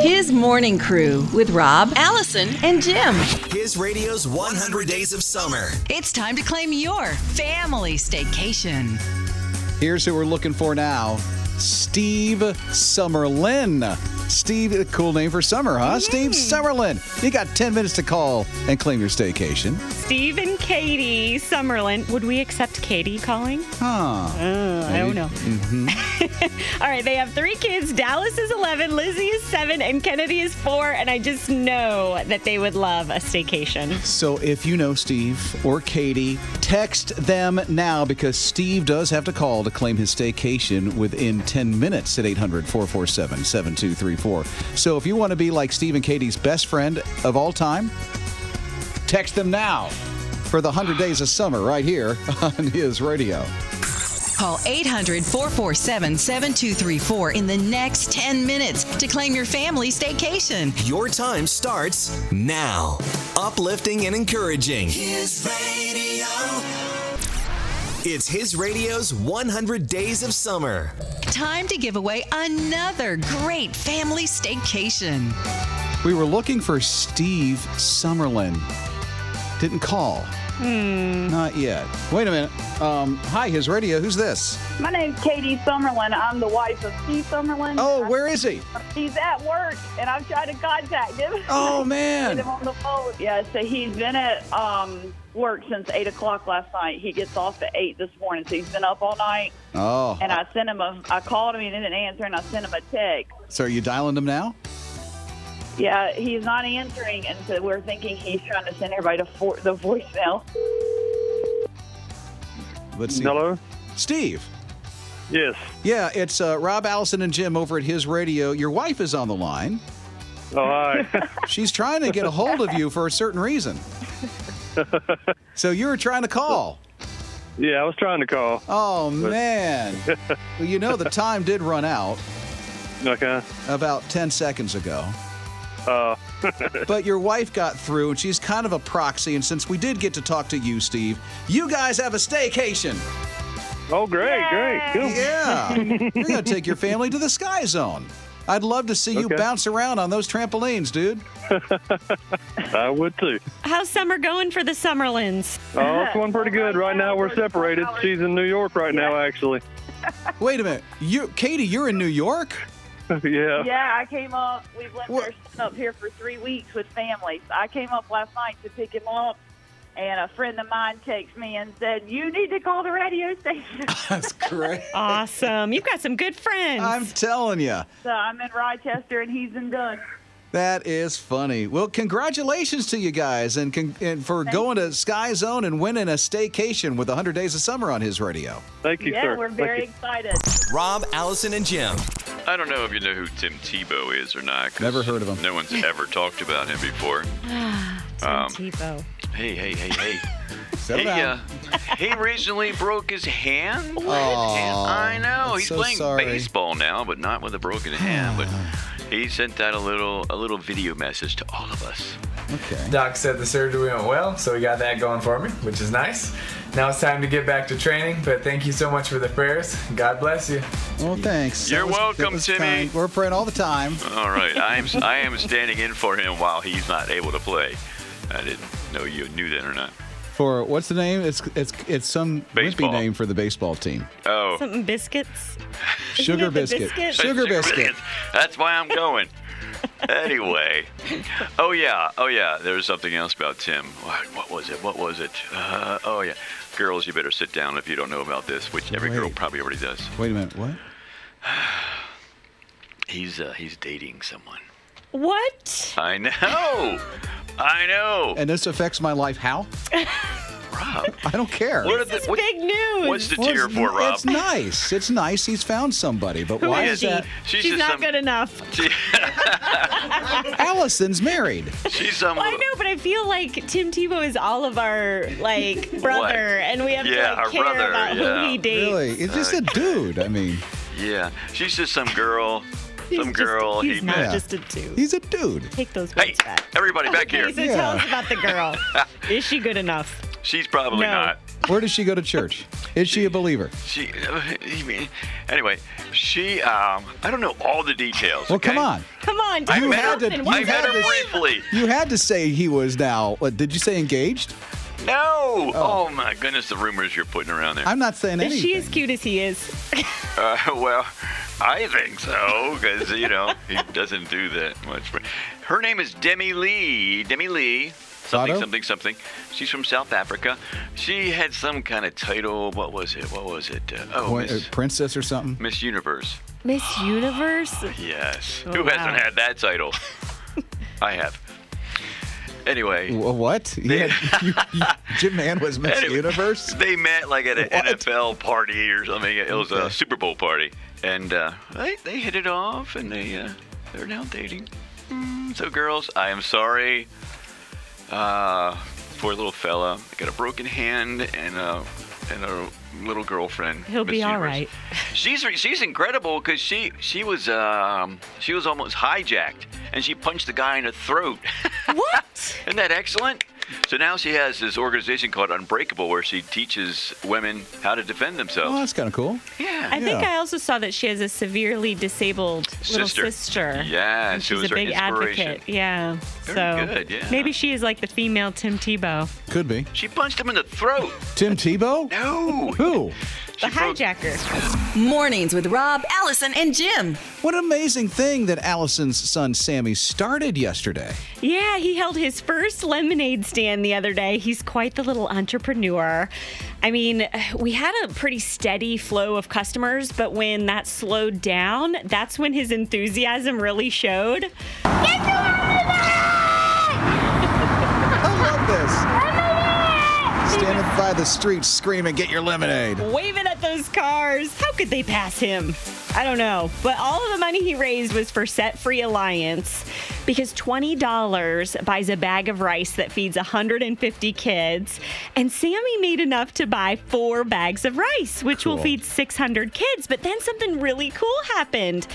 His morning crew with Rob, Allison, and Jim. His radio's 100 Days of Summer. It's time to claim your family staycation. Here's who we're looking for now Steve Summerlin. Steve, a cool name for summer, huh? Steve Summerlin. You got 10 minutes to call and claim your staycation. Steve and Katie Summerlin. Would we accept Katie calling? Huh. Uh, I don't know. All right, they have three kids. Dallas is 11, Lizzie is 7, and Kennedy is 4. And I just know that they would love a staycation. So if you know Steve or Katie, text them now because Steve does have to call to claim his staycation within 10 minutes at 800 447 7234. So if you want to be like Steve and Katie's best friend of all time, text them now for the 100 Days of Summer right here on his radio. Call 800 447 7234 in the next 10 minutes to claim your family staycation. Your time starts now. Uplifting and encouraging. His radio. It's his radio's 100 Days of Summer. Time to give away another great family staycation. We were looking for Steve Summerlin. Didn't call. Hmm. Not yet. Wait a minute. Um, hi, his radio. Who's this? My name's Katie Summerlin. I'm the wife of Steve Summerlin. Oh, where is he? He's at work, and I'm trying to contact him. Oh Get man. him on the phone. Yeah, so he's been at um, work since 8 o'clock last night. He gets off at 8 this morning, so he's been up all night. Oh, And I sent him a, I called him, he didn't answer, and I sent him a text. so are you dialing him now? Yeah, he's not answering, and so we're thinking he's trying to send everybody to for- the voicemail. Let's see. Hello? Steve. Yes. Yeah, it's uh, Rob Allison and Jim over at his radio. Your wife is on the line. Oh, hi. She's trying to get a hold of you for a certain reason. So you were trying to call. yeah, I was trying to call. Oh man. Well, you know the time did run out. Okay. about 10 seconds ago. but your wife got through, and she's kind of a proxy. And since we did get to talk to you, Steve, you guys have a staycation. Oh, great, great. Cool. Yeah. You're going to take your family to the Sky Zone. I'd love to see you Okay. bounce around on those trampolines, dude. I would too. How's summer going for the Summerlins? Oh, it's going pretty good. Right now, we're separated. She's in New York right now, actually. Wait a minute. You, Katie, you're in New York? yeah. Yeah, I came up. We've left What? our son up here for three weeks with family. So I came up last night to pick him up, and a friend of mine texted me and said, "You need to call the radio station." That's great. Awesome. You've got some good friends. I'm telling you, so I'm in Rochester, and he's in Dunn. that is funny. Well, congratulations to you guys and, con- and for going to Sky Zone and winning a staycation with 100 Days of Summer on his radio. Thank you, yeah, sir. we're Thank very you. excited. Rob, Allison, and Jim. I don't know if you know who Tim Tebow is or not. 'cause Never heard of him. No one's ever talked about him before. Tim um, Tebow. Hey, hey, hey, hey. Settle he, down. uh, he recently broke his hand. Aw, And I know I'm he's so playing sorry. baseball now, but not with a broken hand. But he sent out a little a little video message to all of us. Okay. Doc said the surgery went well, so we got that going for me, which is nice. Now it's time to get back to training, but thank you so much for the prayers. God bless you. Well, thanks. You're That was- that welcome, was Timmy. kind. We're praying all the time. All right, I am I am standing in for him while he's not able to play. I didn't know you knew that or not. For what's the name? It's it's it's some wimpy Baseball. name for the baseball team. Oh, Something biscuits. Sugar it the biscuit. biscuit? Sugar biscuit. That's why I'm going. anyway. Oh, yeah. Oh, yeah. There was something else about Tim. What, what was it? What was it? Uh, oh, yeah. Girls, you better sit down if you don't know about this, which every girl Wait. probably already does. Wait a minute. What? He's uh, he's dating someone. What? I know. I know. And this affects my life. How? Rob. I don't care. What are the, This is what- big news. what's the Well, tear it's- for, Rob? It's nice. It's nice. He's found somebody. But Who why is is she? that? She's She's just not some- good enough. Allison's married. She's some. Well, I know, but I feel like Tim Tebow is all of our like What? brother, and we have Yeah, to like, our care brother, about who yeah. he dates. Really? It's just a dude. I mean, Yeah. She's just some girl. He's Some just- girl. He's he not met. just a two. he's a dude. Take those words Hey, back. everybody back here. Okay, so tell Yeah. us about the girl. is she good enough? She's probably No. not. Where does she go to church? Is she a believer? She, anyway, she, um, I don't know all the details. Well, okay? come on. Come on. on. I Tell me met her, had to- something. you What's I met her up? briefly. You had to say he was now. What, did you say engaged? No. Oh. my goodness, the rumors you're putting around there. I'm not saying Is anything. she as cute as he is? Uh, well, I think so because you know he doesn't do that much. Her name is Demi Lee. Demi Lee. Something, Otto? something, something. She's from South Africa. She had some kind of title. What was it? What was it? Uh, oh, Point- Miss, uh, princess or something? Miss Universe. Miss Universe? Yes. Oh, Who wow. hasn't had that title? I have. Anyway, Wh- What? He had- you- you- Jim Man was Miss Anyway, Universe. They met like at an What? NFL party or something. It was a Okay. Super Bowl party, and uh, they they hit it off, and they uh, they're now dating. Mm, so, girls, I am sorry. Uh, poor little fella got a broken hand and a and a little girlfriend. He'll be Miss all Universe. right. She's re- she's incredible because she she was um she was almost hijacked and she punched the guy in the throat. What? Isn't that excellent? So now she has this organization called Unbreakable where she teaches women how to defend Oh, themselves. that's kind of cool. Yeah. I think Yeah. I also saw that she has a severely disabled little Sister. sister. Yeah, and she she's was a her big inspiration. advocate. Yeah. Very so good, yeah. maybe she is like the female Tim Tebow, Could be. She punched him in the throat. Tim Tebow? No. Who? the She broke- hijacker. Mornings with Rob, Allison, and Jim. What an amazing thing that Allison's son Sammy started yesterday. Yeah, he held his first lemonade stand the other day. He's quite the little entrepreneur. I mean, we had a pretty steady flow of customers, but when that slowed down, that's when his enthusiasm really showed. I love this. Standing by the street screaming, get your lemonade. waving at those cars. How could they pass him? I don't know. But all of the money he raised was for Set Free Alliance because $20 buys a bag of rice that feeds 150 kids. And Sammy made enough to buy four bags of rice, which will Cool. feed 600 kids. But then something really cool happened.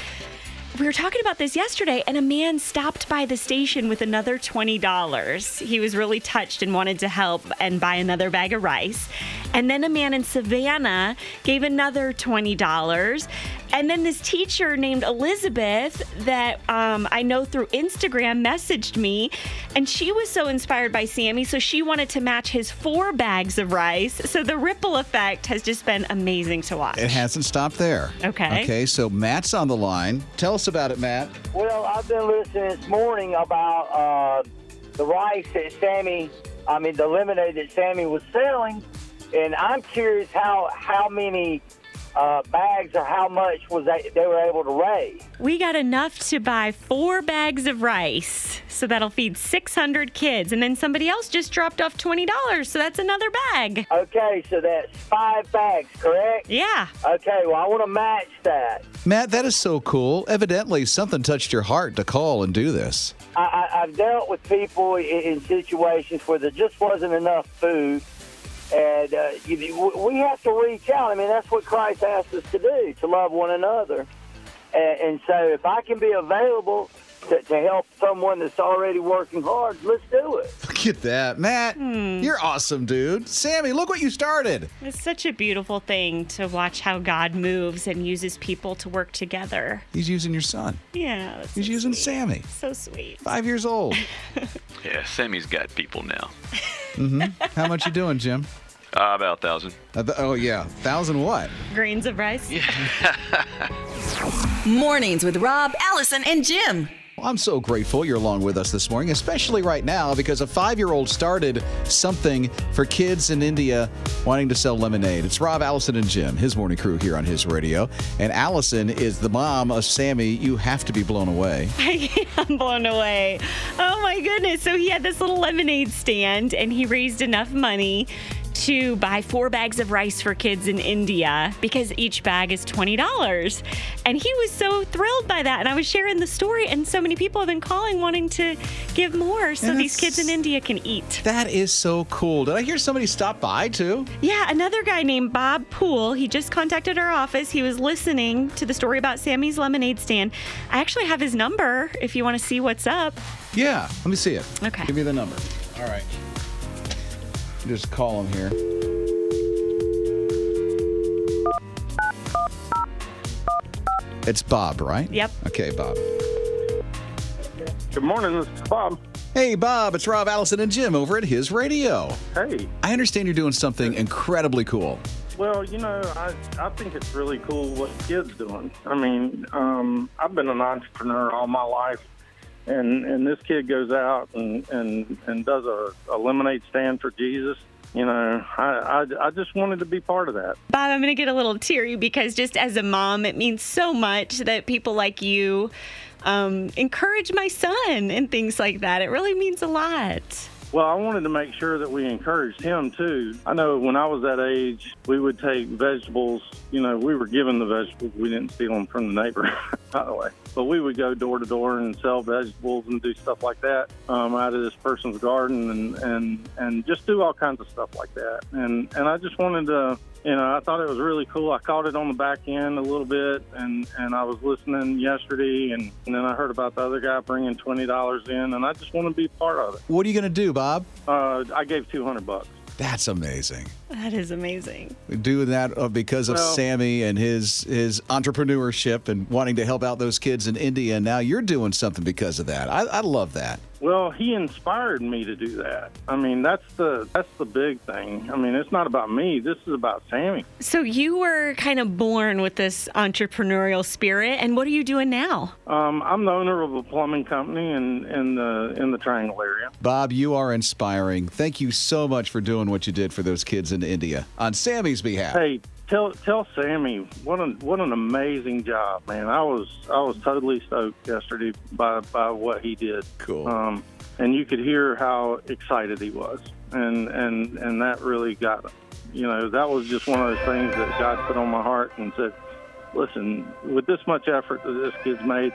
We were talking about this yesterday, and a man stopped by the station with another $20. He was really touched and wanted to help and buy another bag of rice. And then a man in Savannah gave another $20. And then this teacher named Elizabeth, that um, I know through Instagram, messaged me, and she was so inspired by Sammy, so she wanted to match his four bags of rice. So the ripple effect has just been amazing to watch. It hasn't stopped there. Okay. Okay, so Matt's on the line. Tell us about it, Matt. Well, I've been listening this morning about uh, the rice that Sammy, I mean, the lemonade that Sammy was selling, and I'm curious how how many uh, bags or how much was they, they were able to raise. We got enough to buy four bags of rice, so that'll feed 600 kids. And then somebody else just dropped off $20, so that's another bag. Okay, so that's five bags, correct? Yeah. Okay, well, I want to match that. Matt, that is so cool. Evidently, something touched your heart to call and do this. I, I, I've dealt with people in, in situations where there just wasn't enough food, and uh, you, we have to reach out. I mean, that's what Christ asked us to do: to love one another. And, and so, if I can be available to, to help someone that's already working hard, let's do it. Look at that. Matt, you're awesome, dude. Sammy, look what you started. It's such a beautiful thing to watch how God moves and uses people to work together. He's using your son, Yeah. that's he's so using sweet. Sammy. So sweet. Five years old. Yeah, Sammy's got people now. How much you doing, Jim? Uh, about a thousand. Uh, th- oh yeah, thousand what? Grains of rice. Mornings with Rob, Allison, and Jim. Well, I'm so grateful you're along with us this morning, especially right now because a five-year-old started something for kids in India wanting to sell lemonade. It's Rob, Allison, and Jim, his morning crew here on his radio, and Allison is the mom of Sammy. You have to be blown away. I am blown away. Oh my goodness. So he had this little lemonade stand and he raised enough money to buy four bags of rice for kids in India because each bag is $20. And he was so thrilled by that. And I was sharing the story, and so many people have been calling wanting to give more so And these that's- kids in India can eat. That is so cool. Did I hear somebody stop by too? Yeah, another guy named Bob Poole. He just contacted our office. He was listening to the story about Sammy's lemonade stand. I actually have his number if you want to see what's up. Yeah. Let me see it. Okay. Give me the number. All right. Just call him here. It's Bob, right? Yep. Okay, Bob. Good morning. This is Bob. Hey, Bob, it's Rob Allison and Jim over at His Radio. Hey. I understand you're doing something incredibly cool. Well, you know, I, I think it's really cool what kids doing. I mean, um, I've been an entrepreneur all my life, and and this kid goes out and and and does a, a lemonade stand for Jesus. You know, I, I I just wanted to be part of that. Bob, I'm going to get a little teary because just as a mom, it means so much that people like you um, encourage my son and things like that. It really means a lot. Well, I wanted to make sure that we encouraged him too. I know when I was that age, we would take vegetables. You know, we were given the vegetables; we didn't steal them from the neighbor, by the way. But we would go door to door and sell vegetables and do stuff like that um, out of this person's garden, and and and just do all kinds of stuff like that. And and I just wanted to. You know, I thought it was really cool. I caught it on the back end a little bit, and and I was listening yesterday, and, and then I heard about the other guy bringing twenty dollars in, and I just want to be part of it. What are you going to do, Bob? Uh, I gave 200 bucks. That's amazing. That is amazing. Do that uh, because of Well- Sammy and his his entrepreneurship and wanting to help out those kids in India. And now you're doing something because of that. I, I love that. Well, he inspired me to do that. I mean, that's the that's the big thing. I mean, it's not about me. This is about Sammy. So you were kind of born with this entrepreneurial spirit, and what are you doing now? Um, I'm the owner of a plumbing company in in the in the Triangle area. Bob, you are inspiring. Thank you so much for doing what you did for those kids in India on Sammy's behalf. Hey, tell tell Sammy what an what an amazing job, man. I was I was totally stoked yesterday by by what he did. Cool. Um, and you could hear how excited he was, and and and that really got him. You know, that was just one of those things that God put on my heart and said, "Listen, with this much effort that this kid's made,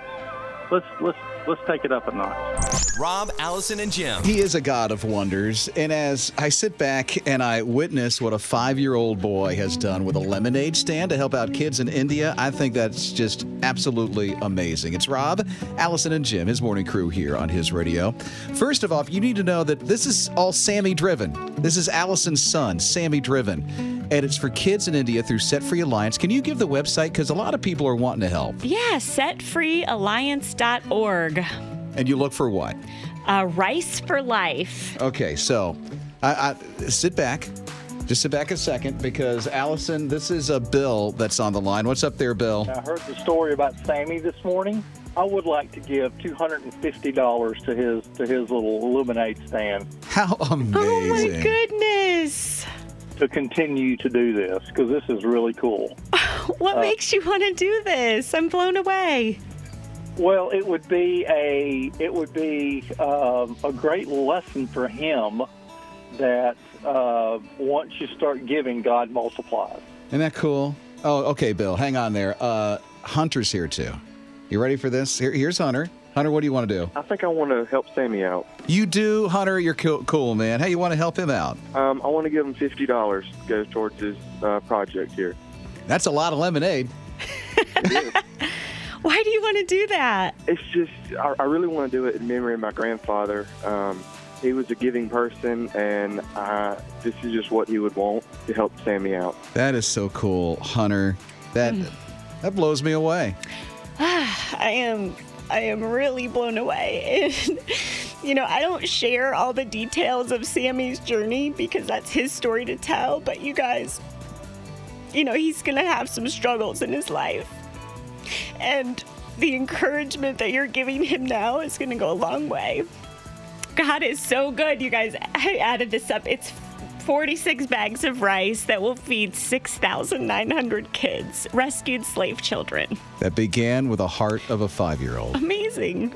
let's let's let's take it up a notch." Rob, Allison, and Jim. He is a God of wonders. And as I sit back and I witness what a five year old boy has done with a lemonade stand to help out kids in India, I think that's just absolutely amazing. It's Rob, Allison, and Jim, his morning crew here on his radio. First of all, you need to know that this is all Sammy driven. This is Allison's son, Sammy driven. And it's for kids in India through Set Free Alliance. Can you give the website? Because a lot of people are wanting to help. Yeah, setfreealliance.org. And you look for what? Uh, Rice for Life. Okay, so I, I sit back. Just sit back a second because Allison, this is a Bill that's on the line. What's up there, Bill? I heard the story about Sammy this morning. I would like to give two hundred and fifty dollars to his to his little lemonade stand How amazing. Oh my goodness. to continue to do this because this is really cool. What makes you want to do this? I'm blown away. Well, it would be a it would be um, a great lesson for him that uh, once you start giving, God multiplies. Isn't that cool? Oh, okay, Bill, hang on there. Uh, Hunter's here too. You ready for this? Here, here's Hunter. Hunter, what do you want to do? I think I want to help Sammy out. You do, Hunter. You're cool, cool man. Hey, you want to help him out? Um, I want to give him fifty dollars goes towards his uh, project here. That's a lot of lemonade. Why do you want to do that? It's just I, I really want to do it in memory of my grandfather. Um, he was a giving person, and uh, this is just what he would want to help Sammy out. That is so cool, Hunter. That Mm. that blows me away. I am I am really blown away. And you know, I don't share all the details of Sammy's journey because that's his story to tell, but you guys you know, he's going to have some struggles in his life. And the encouragement that you're giving him now is going to go a long way. God is so good, you guys. I added this up. It's 46 bags of rice that will feed 6,900 kids, rescued slave children. That began with a heart of a five-year-old. Amazing.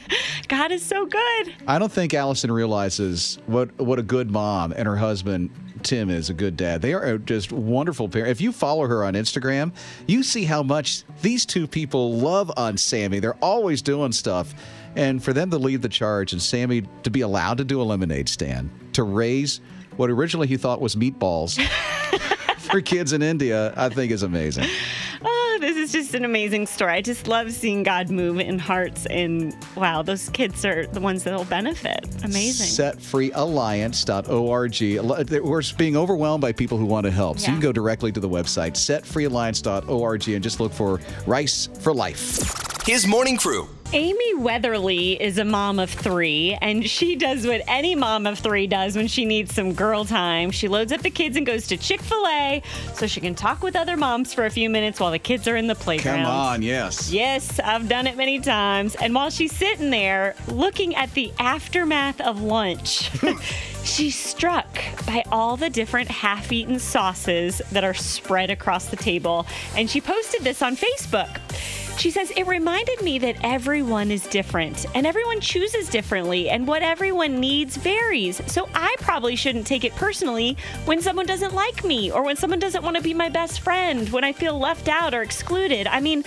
God is so good. I don't think Allison realizes what what a good mom and her husband Tim is a good dad. They are just wonderful parents. If you follow her on Instagram, you see how much these two people love on Sammy. They're always doing stuff. And for them to lead the charge and Sammy to be allowed to do a lemonade stand to raise what originally he thought was meatballs for kids in India, I think is amazing. Oh, this is just an amazing story. I just love seeing God move in hearts, and wow, those kids are the ones that will benefit. Amazing. setfreealliance.org. Al- We're being overwhelmed by people who want to help. So you Yeah. can go directly to the website, setfreealliance.org, and just look for Rice for Life. His morning crew Amy Weatherly is a mom of three, and she does what any mom of three does when she needs some girl time. She loads up the kids and goes to Chick fil A so she can talk with other moms for a few minutes while the kids are in the playground. Come on, yes. Yes, I've done it many times. And while she's sitting there looking at the aftermath of lunch, she's struck by all the different half eaten sauces that are spread across the table. And she posted this on Facebook. She says, It reminded me that everyone is different and everyone chooses differently, and what everyone needs varies. So I probably shouldn't take it personally when someone doesn't like me or when someone doesn't want to be my best friend, when I feel left out or excluded. I mean,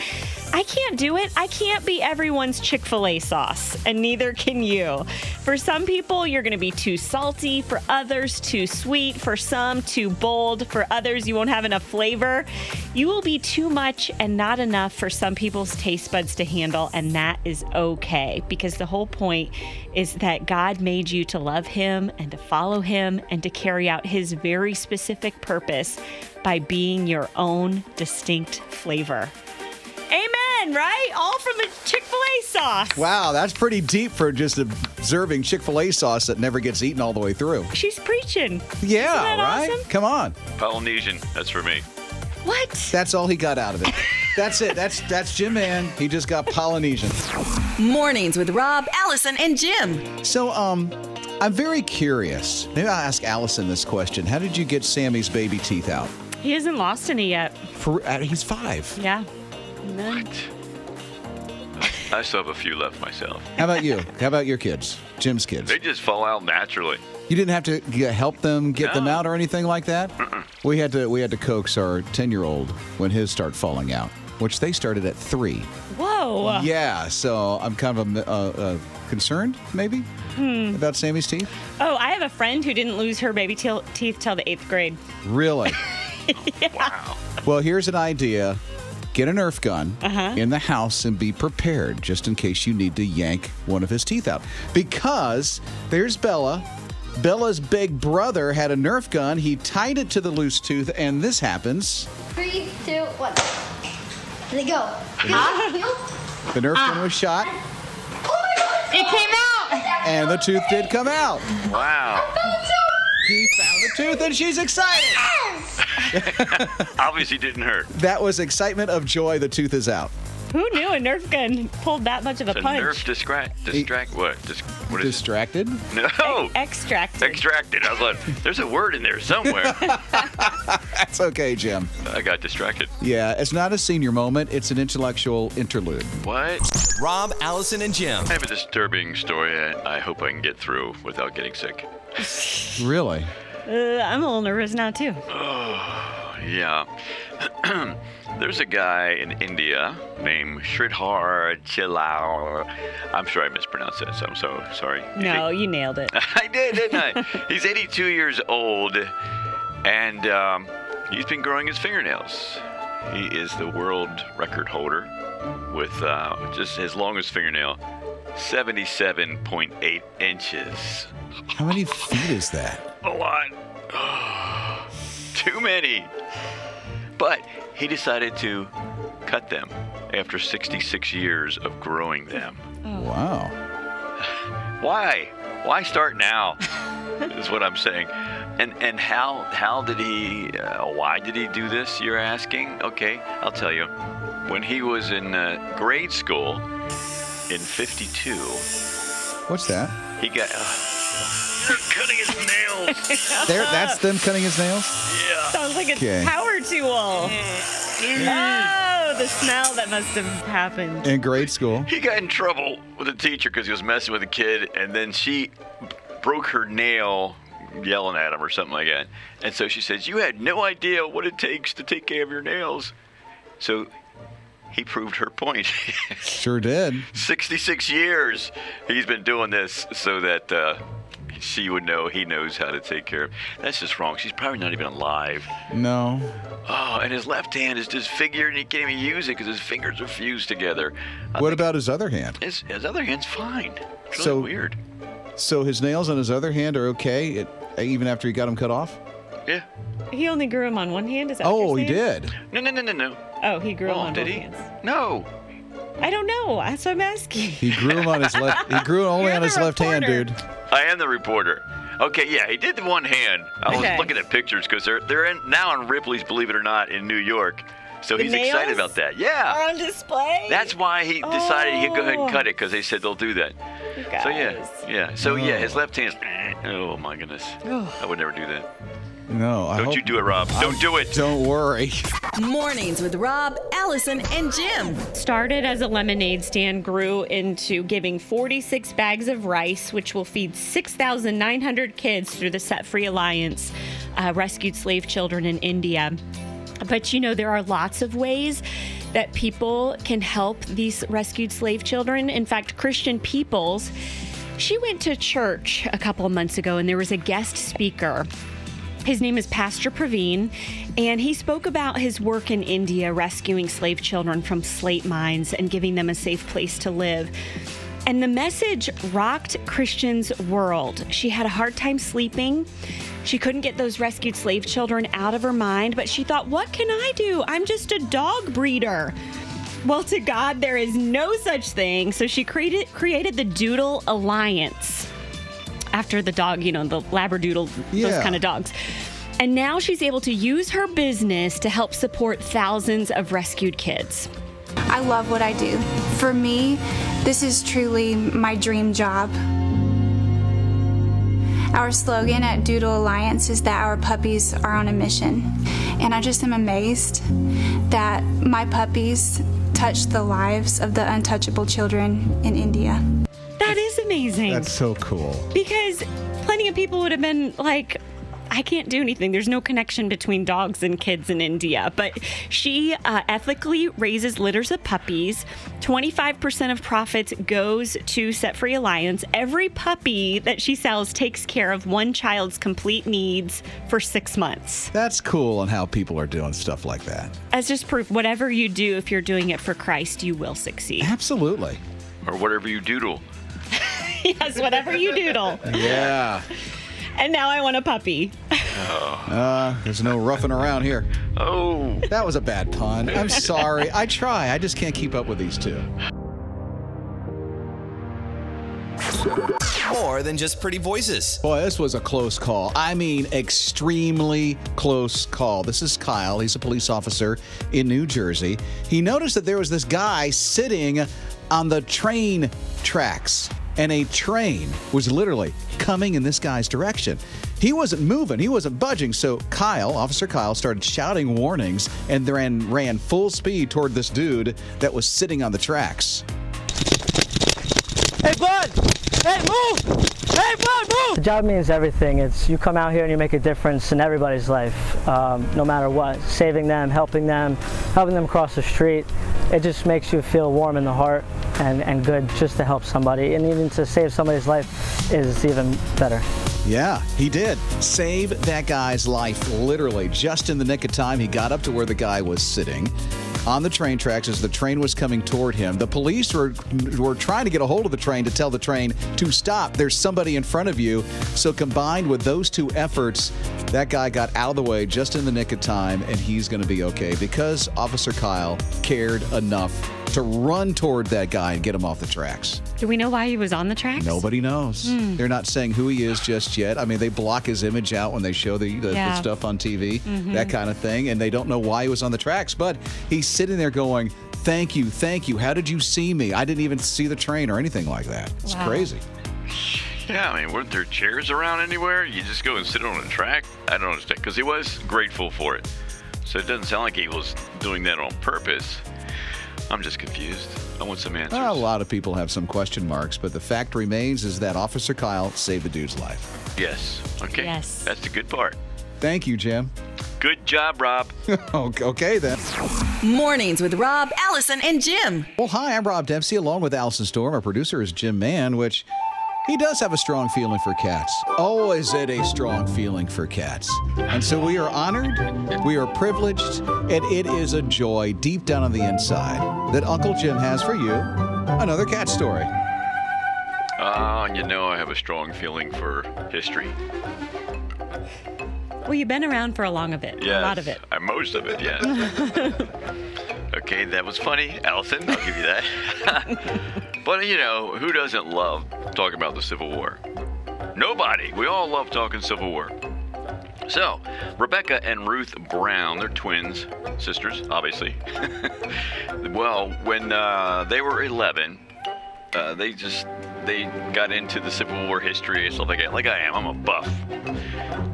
I can't do it. I can't be everyone's Chick fil A sauce, and neither can you. For some people, you're going to be too salty. For others, too sweet. For some, too bold. For others, you won't have enough flavor. You will be too much and not enough for some people's taste buds to handle, and that is okay because the whole point is that God made you to love Him and to follow Him and to carry out His very specific purpose by being your own distinct flavor. Amen, right? All from a Chick fil A sauce. Wow, that's pretty deep for just observing Chick fil A sauce that never gets eaten all the way through. She's preaching. Yeah, Isn't that right? awesome? Come on. Polynesian, that's for me. What? That's all he got out of it. That's it. That's that's Jim Man. He just got Polynesian. Mornings with Rob, Allison, and Jim. So, um, I'm very curious. Maybe I'll ask Allison this question. How did you get Sammy's baby teeth out? He hasn't lost any yet. For uh, he's five. Yeah. I still have a few left myself. How about you? How about your kids? Jim's kids. They just fall out naturally. You didn't have to g- help them get them out or anything like that. We had to we had to coax our ten year old when his started falling out, which they started at three. Whoa. Yeah, so I'm kind of uh, uh, concerned maybe Hmm. about Sammy's teeth. Oh, I have a friend who didn't lose her baby te- teeth till the eighth grade. Really? yeah. Well, here's an idea. Get an Nerf gun Uh-huh. in the house and be prepared just in case you need to yank one of his teeth out. Because there's Bella. Bella's big brother had a Nerf gun. He tied it to the loose tooth, and this happens. Three, two, one. And they go. Ah. The Nerf gun was shot, It came out. and the tooth did come out. Wow. He found the tooth, and she's excited. Obviously didn't hurt. That was excitement of joy. The tooth is out. Who knew a Nerf gun pulled that much of a The punch? nerve distract, distract what? Dis- what is Distracted? No. Extract. Extracted. I was like, there's a word in there somewhere. That's okay, Jim. I got distracted. Yeah, it's not a senior moment, it's an intellectual interlude. What? Rob, Allison, and Jim. I have a disturbing story. I, I hope I can get through without getting sick. Really? Uh, I'm a little nervous now too. Yeah. There's a guy in India named Shridhar Chilao. I'm sure I mispronounced that, so I'm so sorry. No, you nailed it. I did, didn't I? he's 82 years old, and um, he's been growing his fingernails. He is the world record holder with uh, just his longest fingernail, 77.8 inches. How many feet is that? A lot. Too many. But he decided to cut them after 66 years of growing them. Oh. Wow. Why? Why start now? is what I'm saying. And and how how did he? Uh, why did he do this? You're asking. Okay, I'll tell you. When he was in uh, grade school in '52, What's that? he got. cutting his nails. There, that's them cutting his nails. Yeah. Sounds like a Okay. power tool. Oh, the smell that must have happened. In grade school. He got in trouble with a teacher because he was messing with a kid, and then she broke her nail yelling at him or something like that. And so she says, You had no idea what it takes to take care of your nails. So he proved her point. Sure did. 66 years he's been doing this so that uh, she would know he knows how to take care of. That's just wrong. She's probably not even alive. No. Oh, and his left hand is disfigured and he can't even use it because his fingers are fused together. I What about his other hand? his, his other hand's fine. It's really So- weird. So his nails on his other hand are okay, it, even after he got them cut off. Yeah. He only grew him on one hand. Is that what Oh, you're he saying? did. No, no, no, no, no. Oh, he grew Oh, him on did both he? hands. No. I don't know. That's what I'm asking. He grew him on his left. He grew only on his left hand, dude. I am the reporter. Okay, yeah, he did the one hand. I was Okay. looking at pictures because they're they're in, now in Ripley's, believe it or not, in New York. So The he's excited nails about that. Yeah. Are on display. That's why he decided he'd go ahead and cut it because they said they'll do that. You So yeah, yeah. So yeah, his left hand's. Oh my goodness, I would never do that. No, I Don't hope- you do it, Rob? Don't do it. Don't worry. Mornings with Rob, Allison, and Jim. Started as a lemonade stand, grew into giving 46 bags of rice, which will feed 6,900 kids through the Set Free Alliance, uh, rescued slave children in India. But you know, there are lots of ways that people can help these rescued slave children. In fact, Christian Peoples, she went to church a couple of months ago and there was a guest speaker. His name is Pastor Praveen, and he spoke about his work in India rescuing slave children from slate mines and giving them a safe place to live. And the message rocked Christian's world. She had a hard time sleeping. She couldn't get those rescued slave children out of her mind, but she thought, what can I do? I'm just a dog breeder. Well, to God, there is no such thing. So she created, created the Doodle Alliance after the dog, you know, the Labradoodle, those Yeah. kind of dogs. And now she's able to use her business to help support thousands of rescued kids. I love what I do. For me, this is truly my dream job. Our slogan at Doodle Alliance is that our puppies are on a mission. And I just am amazed that my puppies touch the lives of the untouchable children in India. That is amazing. That's so cool. Because plenty of people would have been like, I can't do anything. There's no connection between dogs and kids in India. But she uh, ethically raises litters of puppies. 25% of profits goes to Set Free Alliance. Every puppy that she sells takes care of one child's complete needs for six months. That's cool on how people are doing stuff like that. As just proof, whatever you do, if you're doing it for Christ, you will succeed. Absolutely. Or whatever you doodle. yes, whatever you doodle. Yeah. And now I want a puppy. Uh, there's no roughing around here. Oh. That was a bad pun. I'm sorry. I try. I just can't keep up with these two. More than just pretty voices. Boy, this was a close call. I mean, extremely close call. This is Kyle. He's a police officer in New Jersey. He noticed that there was this guy sitting on the train tracks, and a train was literally coming in this guy's direction. He wasn't moving, he wasn't budging. So Kyle, Officer Kyle, started shouting warnings and then ran full speed toward this dude that was sitting on the tracks. Hey, bud! Hey, move! Hey, bud, move! The job means everything. It's you come out here and you make a difference in everybody's life, um, no matter what. Saving them, helping them, helping them cross the street. It just makes you feel warm in the heart and, and good just to help somebody. And even to save somebody's life is even better. Yeah, he did. Save that guy's life, literally. Just in the nick of time, he got up to where the guy was sitting on the train tracks as the train was coming toward him. The police were, were trying to get a hold of the train to tell the train to stop. There's somebody in front of you. So, combined with those two efforts, that guy got out of the way just in the nick of time, and he's going to be okay because Officer Kyle cared enough to run toward that guy and get him off the tracks. Do we know why he was on the tracks? Nobody knows. Hmm. They're not saying who he is just yet. I mean, they block his image out when they show the, the, the Yeah. stuff on TV, Mhm. that kind of thing, and they don't know why he was on the tracks. But he's sitting there going, "Thank you, thank you. How did you see me? I didn't even see the train or anything like that. It's Wow. crazy." Yeah, I mean, weren't there chairs around anywhere? You just go and sit on a track? I don't understand. Because he was grateful for it. So it doesn't sound like he was doing that on purpose. I'm just confused. I want some answers. Well, a lot of people have some question marks, but the fact remains is that Officer Kyle saved the dude's life. Yes. Okay. Yes. That's the good part. Thank you, Jim. Good job, Rob. okay then. Mornings with Rob, Allison, and Jim. Well, hi, I'm Rob Dempsey, along with Allison Storm. Our producer is Jim Mann, which he does have a strong feeling for cats. Oh, is it a strong feeling for cats? And so we are honored, we are privileged, and it is a joy deep down on the inside that Uncle Jim has for you another cat story. Ah, and you know I have a strong feeling for history. Well, you've been around for a long of it, Yes. a lot of it. Uh, most of it, yes. Okay, that was funny, Allison. I'll give you that. but you know, who doesn't love talking about the Civil War? Nobody. We all love talking Civil War. So, Rebecca and Ruth Brown, they're twins, sisters, obviously. well, when uh, they were 11, uh, they just they got into the Civil War history and stuff like that. Like I am, I'm a buff.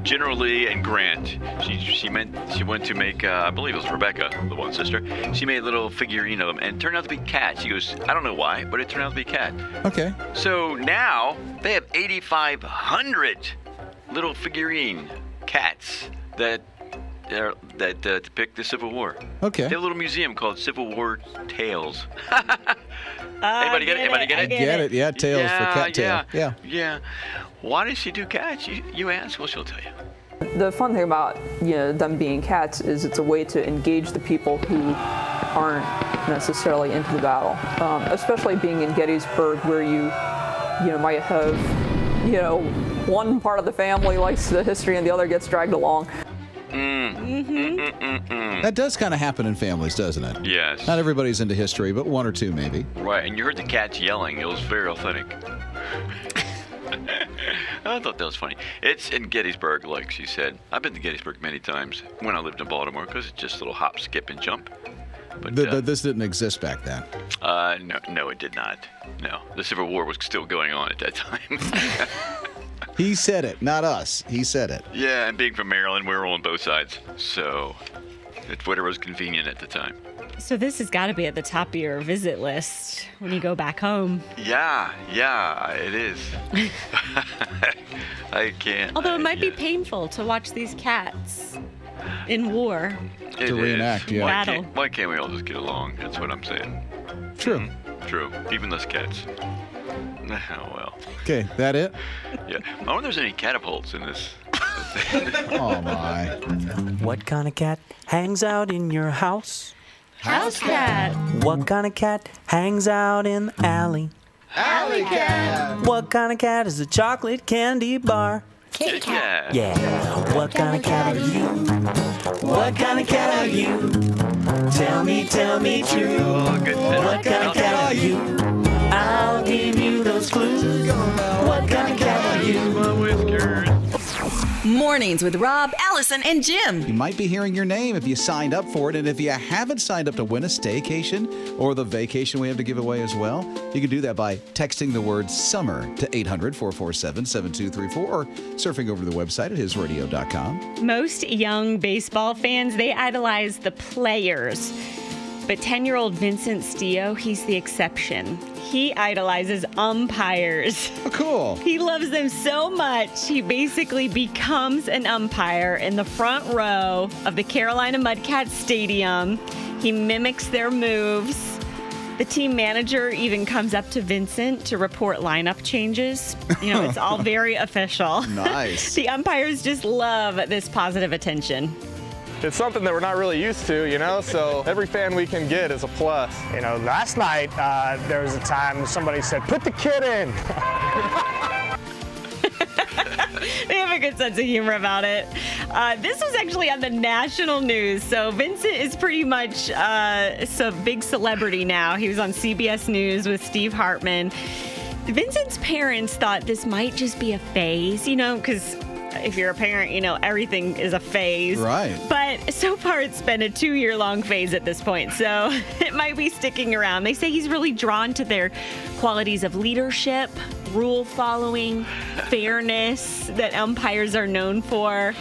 General Lee and Grant. She she meant she went to make uh, I believe it was Rebecca, the one sister. She made a little figurine of them and it turned out to be cats. She goes, I don't know why, but it turned out to be cat. Okay. So now they have 8,500 little figurine cats that are, that uh, depict the Civil War. Okay. They have a little museum called Civil War Tales. I Anybody Ah, get it? Anybody get I it? Get it? Yeah, tails for Yeah, cat tail. Yeah. Yeah. Why does she do cats? You, you ask, well, she'll tell you. The fun thing about you know them being cats is it's a way to engage the people who aren't necessarily into the battle, um, especially being in Gettysburg where you you know might have you know one part of the family likes the history and the other gets dragged along. That does kind of happen in families, doesn't it? Hmm. Yes. Not everybody's into history, but one or two maybe. Right, and you heard the cats yelling. It was very authentic. I thought that was funny. It's in Gettysburg, like she said. I've been to Gettysburg many times when I lived in Baltimore because it's just a little hop, skip, and jump. But, Th- uh, th- this didn't exist back then. Uh, no, no, it did not. No, the Civil War was still going on at that time. He said it, not us. He said it. yeah, and being from Maryland, we were on both sides, so it's whatever was convenient at the time. So this has got to be at the top of your visit list when you go back home. Yeah, yeah, it is. I can't. Although it I- might be yeah. painful to watch these cats in war. It To is. reenact, yeah. Why Battle. Can't, why can't we all just get along? That's what I'm saying. True. Hmm. True. Even less cats. Oh well. Okay, that it? Yeah. I wonder if there's any catapults in this. Oh my. What kind of cat hangs out in your house? House cat. What kind of cat hangs out in the alley? Alley cat. What kind of cat is a chocolate candy bar? Kit Kat. Yeah. What kind of cat are you? What kind of cat are you? Tell me, tell me true. What kind of cat are you? I'll give you those clues. What kind of cat are you? Mornings with Rob, Allison, and Jim. You might be hearing your name if you signed up for it. And if you haven't signed up to win a staycation or the vacation we have to give away as well, you can do that by texting the word summer to 800 447 7234 or surfing over to the website at hisradio.com. Most young baseball fans, they idolize the players. But 10 year old Vincent Stio, he's the exception. He idolizes umpires. Oh, cool. He loves them so much, he basically becomes an umpire in the front row of the Carolina Mudcats Stadium. He mimics their moves. The team manager even comes up to Vincent to report lineup changes. You know, it's all very official. Nice. the umpires just love this positive attention. It's something that we're not really used to, you know, so every fan we can get is a plus. You know, last night uh, there was a time somebody said, put the kid in. they have a good sense of humor about it. Uh, this was actually on the national news. So Vincent is pretty much uh, a big celebrity now. He was on CBS News with Steve Hartman. Vincent's parents thought this might just be a phase, you know, because if you're a parent, you know, everything is a phase. Right. But so far, it's been a two year long phase at this point. So it might be sticking around. They say he's really drawn to their qualities of leadership, rule following, fairness that umpires are known for.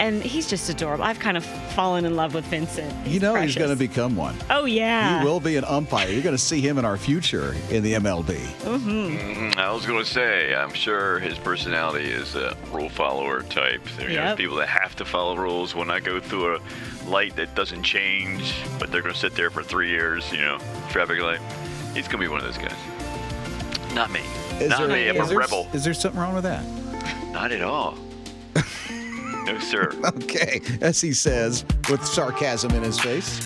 And he's just adorable. I've kind of fallen in love with Vincent. You know he's going to become one. Oh, yeah. He will be an umpire. You're going to see him in our future in the MLB. Mm-hmm. Mhm, I was going to say, I'm sure his personality is a rule follower type. There are Yep. people that have to follow rules. When I go through a light that doesn't change, but they're going to sit there for three years, you know, traffic light, he's going to be one of those guys. Not me. Not me. I'm is a there- rebel. Is there something wrong with that? Not at all. no, sir. Okay, as he says with sarcasm in his face.